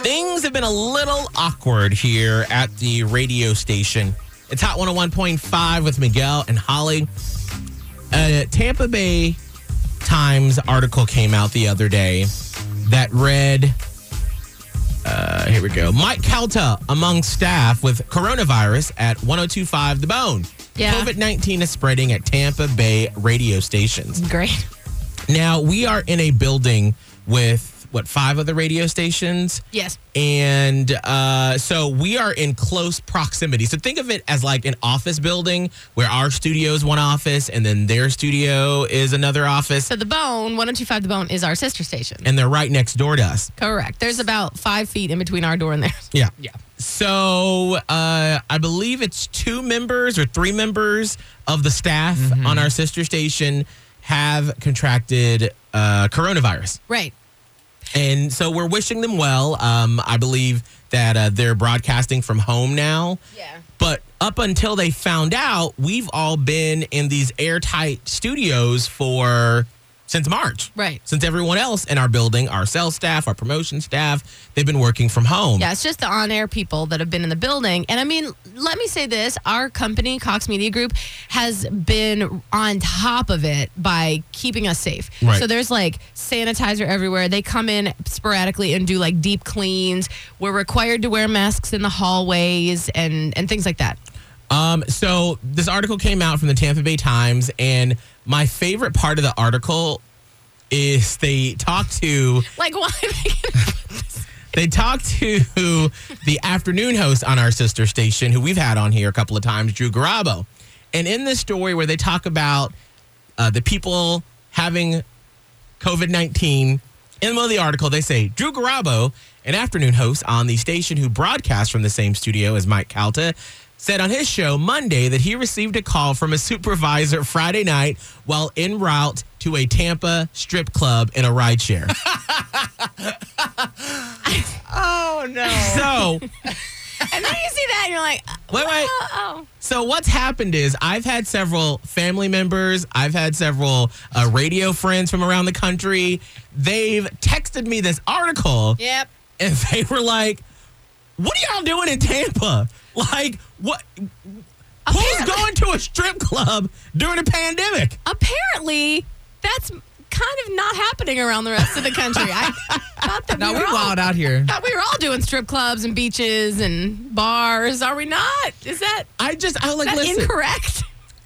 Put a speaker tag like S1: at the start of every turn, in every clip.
S1: Things have been a little awkward here at the radio station. It's Hot 101.5 with Miguel and Holly. A Tampa Bay Times article came out the other day that read uh, here we go. Mike Calta among staff with coronavirus at 1025 The Bone.
S2: Yeah.
S1: COVID 19 is spreading at Tampa Bay radio stations.
S2: Great.
S1: Now we are in a building with what five other radio stations.
S2: Yes.
S1: And uh, so we are in close proximity. So think of it as like an office building where our studio is one office and then their studio is another office.
S2: So the Bone, 1025 The Bone, is our sister station.
S1: And they're right next door to us.
S2: Correct. There's about five feet in between our door and theirs.
S1: Yeah. Yeah. So uh, I believe it's two members or three members of the staff on our sister station have contracted uh, coronavirus.
S2: Right.
S1: And so we're wishing them well. Um, I believe that uh, they're broadcasting from home now.
S2: Yeah.
S1: But up until they found out, we've all been in these airtight studios for since March.
S2: Right.
S1: Since everyone else in our building, our sales staff, our promotion staff, they've been working from home.
S2: Yeah, it's just the on air people that have been in the building. And I mean, let me say this our company, Cox Media Group, has been on top of it by keeping us safe.
S1: Right.
S2: So there's like sanitizer everywhere. They come in sporadically and do like deep cleans. We're required to wear masks in the hallways and, and things like that.
S1: Um, so this article came out from the Tampa Bay Times, and my favorite part of the article is they talk to
S2: Like, why?
S1: they talked to the afternoon host on our sister station, who we've had on here a couple of times, Drew Garabo. And in this story where they talk about uh, the people having COVID 19, in the middle of the article, they say Drew Garabo, an afternoon host on the station who broadcasts from the same studio as Mike Calta, said on his show Monday that he received a call from a supervisor Friday night while en route to a Tampa strip club in a rideshare.
S3: Oh, no.
S1: so.
S2: and then you see that and you're like,
S1: Wait, wait.
S2: oh.
S1: So what's happened is I've had several family members, I've had several uh, radio friends from around the country. They've texted me this article,
S2: Yep.
S1: and they were like, "What are y'all doing in Tampa? Like, what? Who's
S2: Apparently-
S1: going to a strip club during a pandemic?"
S2: apparently that's kind of not happening around the rest of the country. I thought that
S4: No,
S2: we
S4: we
S2: were all,
S4: wild out here.
S2: thought we were all doing strip clubs and beaches and bars. Are we not? Is that,
S1: I just, I was like,
S2: that
S1: listen.
S2: incorrect?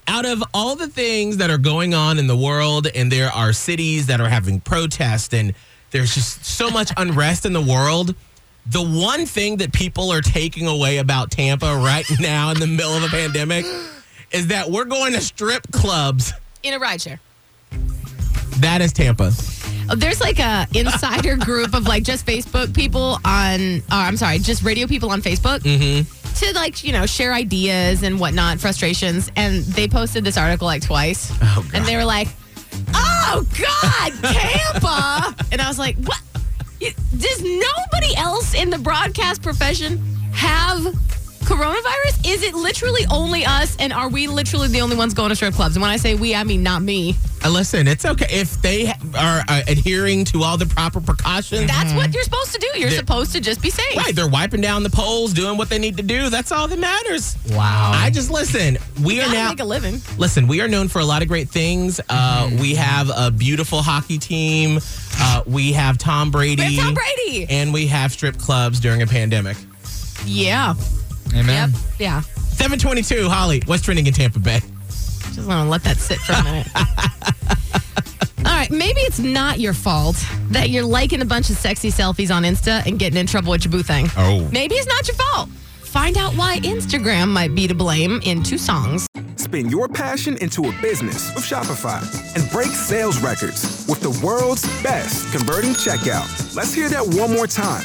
S1: out of all the things that are going on in the world and there are cities that are having protests and there's just so much unrest in the world the one thing that people are taking away about tampa right now in the middle of a pandemic is that we're going to strip clubs
S2: In a rideshare.
S1: that is tampa
S2: There's like a insider group of like just Facebook people on, uh, I'm sorry, just radio people on Facebook to like, you know, share ideas and whatnot, frustrations. And they posted this article like twice.
S1: Oh,
S2: And they were like, oh God, Tampa. and I was like, what? You- Does nobody else in the broadcast profession have coronavirus? Is it literally only us? And are we literally the only ones going to strip clubs? And when I say we, I mean not me.
S1: Uh, listen it's okay if they ha- are uh, adhering to all the proper precautions
S2: That's what you're supposed to do. You're
S1: Mm. The-
S2: supposed to just be safe.
S1: right they're wiping down the poles doing what they need to do that's all that matters
S4: Wow.
S1: i just listen we are
S2: Gotta
S1: now
S2: make a living.
S1: Listen, we are known for a lot of great things. Uh,
S2: Mm-hmm.
S1: we have a beautiful hockey team. Uh, we have Tom Brady.
S2: We have Tom Brady.
S1: And we have strip clubs during a pandemic.
S2: Yeah.
S4: Amen.
S2: Yep. Yeah.
S1: 722, Holly, what's trending in Tampa Bay?
S2: Just want to let that sit for a minute. All right, maybe it's not your fault that you're liking a bunch of sexy selfies on Insta and getting in trouble with your boo thing.
S1: Oh.
S2: Maybe it's not your fault. Find out why Instagram might be to blame in two songs.
S5: Spin your passion into a business with Shopify and break sales records with the world's best converting checkout. Let's hear that one more time.